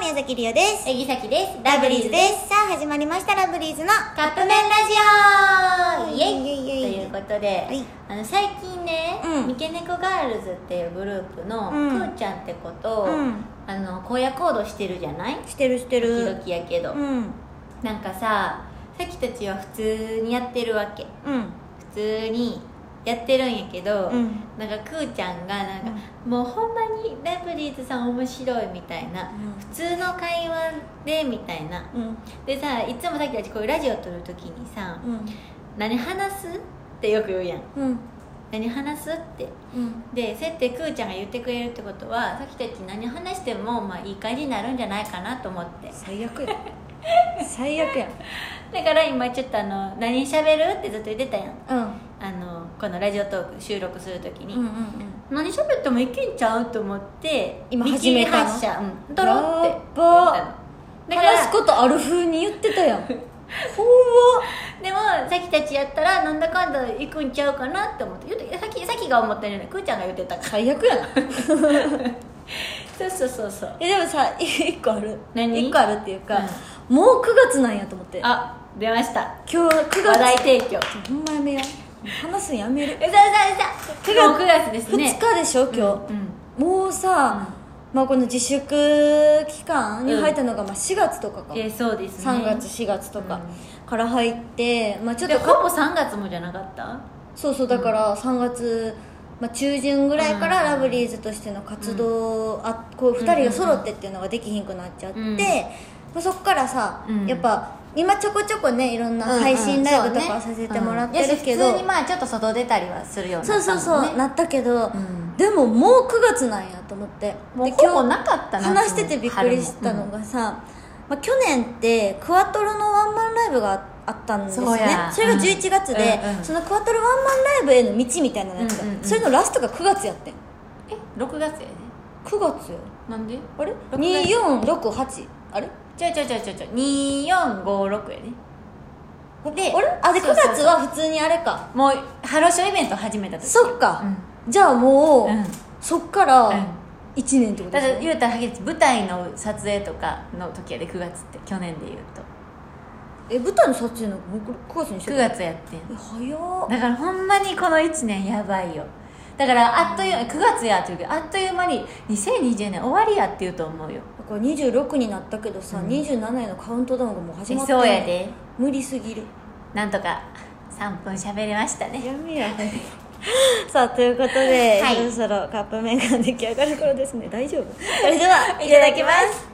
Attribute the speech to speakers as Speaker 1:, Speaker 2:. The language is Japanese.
Speaker 1: 宮崎りおです
Speaker 2: えぎさきです
Speaker 1: ラブリーズですさあ始まりましたラブリーズの
Speaker 2: カップ麺ラジオイエイ
Speaker 1: イエイイエイイエイ
Speaker 2: ということで、
Speaker 1: はい
Speaker 2: あの最近ね、
Speaker 1: うん
Speaker 2: 三毛猫ガールズっていうグループの、
Speaker 1: うん
Speaker 2: くーちゃんってこと、
Speaker 1: うん
Speaker 2: あの荒野行動してるじゃない
Speaker 1: してるして
Speaker 2: 時
Speaker 1: る
Speaker 2: 々やけど、
Speaker 1: うん
Speaker 2: なんかささきたちは普通にやってるわけ
Speaker 1: うん
Speaker 2: 普通にやってるんやけど、
Speaker 1: うん
Speaker 2: なんかくーちゃんがなんか、もうほんまにラブリーズさん面白いみたいな、
Speaker 1: うん
Speaker 2: 普通の会話でみたいな
Speaker 1: うん
Speaker 2: でさいつもさっきたちこういうラジオ撮るときにさ「
Speaker 1: うん
Speaker 2: 何話す?」ってよく言うやん
Speaker 1: うん
Speaker 2: 「何話す?」って
Speaker 1: うん
Speaker 2: でそうやってくーちゃんが言ってくれるってことはさっきたち何話してもまあいい感じになるんじゃないかなと思って
Speaker 1: 最 悪や最悪や
Speaker 2: だから今ちょっとあの「何喋る?」ってずっと言ってたやん
Speaker 1: うん
Speaker 2: あのこのラジオトーク収録するときに、
Speaker 1: うんうんうん
Speaker 2: 何喋ってもいけんちゃうと思って
Speaker 1: 今
Speaker 2: 見切り
Speaker 1: 始めたの
Speaker 2: 発車うん撮ろうって
Speaker 1: やっ
Speaker 2: 言
Speaker 1: ば
Speaker 2: ったのだから
Speaker 1: 話すことある風に言ってたやんほん
Speaker 2: でもさきたちやったらなんだかんだ行くんちゃうかなって思って言うてさきさきが思ったんじゃないくーちゃんが言ってたか ら
Speaker 1: 最悪やな
Speaker 2: そうそうそうそう
Speaker 1: えでもさ一個ある
Speaker 2: 何
Speaker 1: 一個あるっていうか、もう9月なんやと思って今
Speaker 2: あ出ました
Speaker 1: 日は9月
Speaker 2: 話題提供
Speaker 1: ほんまやめよう話すんやめる
Speaker 2: うさうさうさもう9月です
Speaker 1: 2
Speaker 2: ね
Speaker 1: 日でしょ今日、
Speaker 2: うん
Speaker 1: もうさ、まあ、この自粛期間に入ったのがまあ4月とかか、
Speaker 2: えーそうですね
Speaker 1: 3月4月とか
Speaker 2: う
Speaker 1: から入って、まあ、ちょっ
Speaker 2: で
Speaker 1: と
Speaker 2: ほ
Speaker 1: か
Speaker 2: ぼ3月もじゃなかった
Speaker 1: そうそうだから3月、まあ、中旬ぐらいから
Speaker 2: うん
Speaker 1: ラブリーズとしての活動、あこう2人が揃ってっていうのができひんくなっちゃって、
Speaker 2: うん
Speaker 1: まあ、そっからさ、
Speaker 2: うん
Speaker 1: やっぱ今ちょこちょこねいろんな配信ライブとかさせてもらってるけど、
Speaker 2: 普通にまあちょっと外出たりはするように
Speaker 1: そ
Speaker 2: な
Speaker 1: う
Speaker 2: った
Speaker 1: そ
Speaker 2: も
Speaker 1: うんそう、
Speaker 2: ね
Speaker 1: なったけど、
Speaker 2: ん
Speaker 1: でももう9月なんやと思って
Speaker 2: もう
Speaker 1: で
Speaker 2: ほぼなかったな
Speaker 1: 話しててびっくりしたのがさ、まあ、去年ってクワトロのワンマンライブがああったんですね
Speaker 2: そうや
Speaker 1: それが
Speaker 2: うん
Speaker 1: 11月で、
Speaker 2: うんうん
Speaker 1: そのクワトロワンマンライブへの道みたいなやつが、
Speaker 2: うんうんうん
Speaker 1: それのラストが9月やってん
Speaker 2: え6月やね
Speaker 1: 9月よ
Speaker 2: なんで
Speaker 1: あれ
Speaker 2: 月
Speaker 1: 2468あれ
Speaker 2: ちょいちょいちょいちょいちょい2456やねで
Speaker 1: あれあで9
Speaker 2: そうそうそう
Speaker 1: 月は普通にあれか
Speaker 2: もうハローショーイベント始めた時
Speaker 1: そっか、じゃあもう、
Speaker 2: うん
Speaker 1: そっから
Speaker 2: うん
Speaker 1: 1年ってこと
Speaker 2: だ
Speaker 1: です
Speaker 2: から
Speaker 1: ね
Speaker 2: 言うたら舞台の撮影とかの時やで9月って去年で言うと
Speaker 1: え舞台の撮影の9月にして
Speaker 2: 9
Speaker 1: た
Speaker 2: 月やってん
Speaker 1: え早っ
Speaker 2: だからほんまにこの1年やばいよだからあっという間9月やっていうけどあっという間に2020年終わりやって言うと思うよ
Speaker 1: だから26になったけどさ、27へのカウントダウンがもう始
Speaker 2: え
Speaker 1: まってる
Speaker 2: そうやで
Speaker 1: 無理すぎる
Speaker 2: なんとか3分喋れましたね
Speaker 1: やめや さあということで、
Speaker 2: は い
Speaker 1: そろそろカップ麺が出来上がる頃ですね大丈夫それではいただきます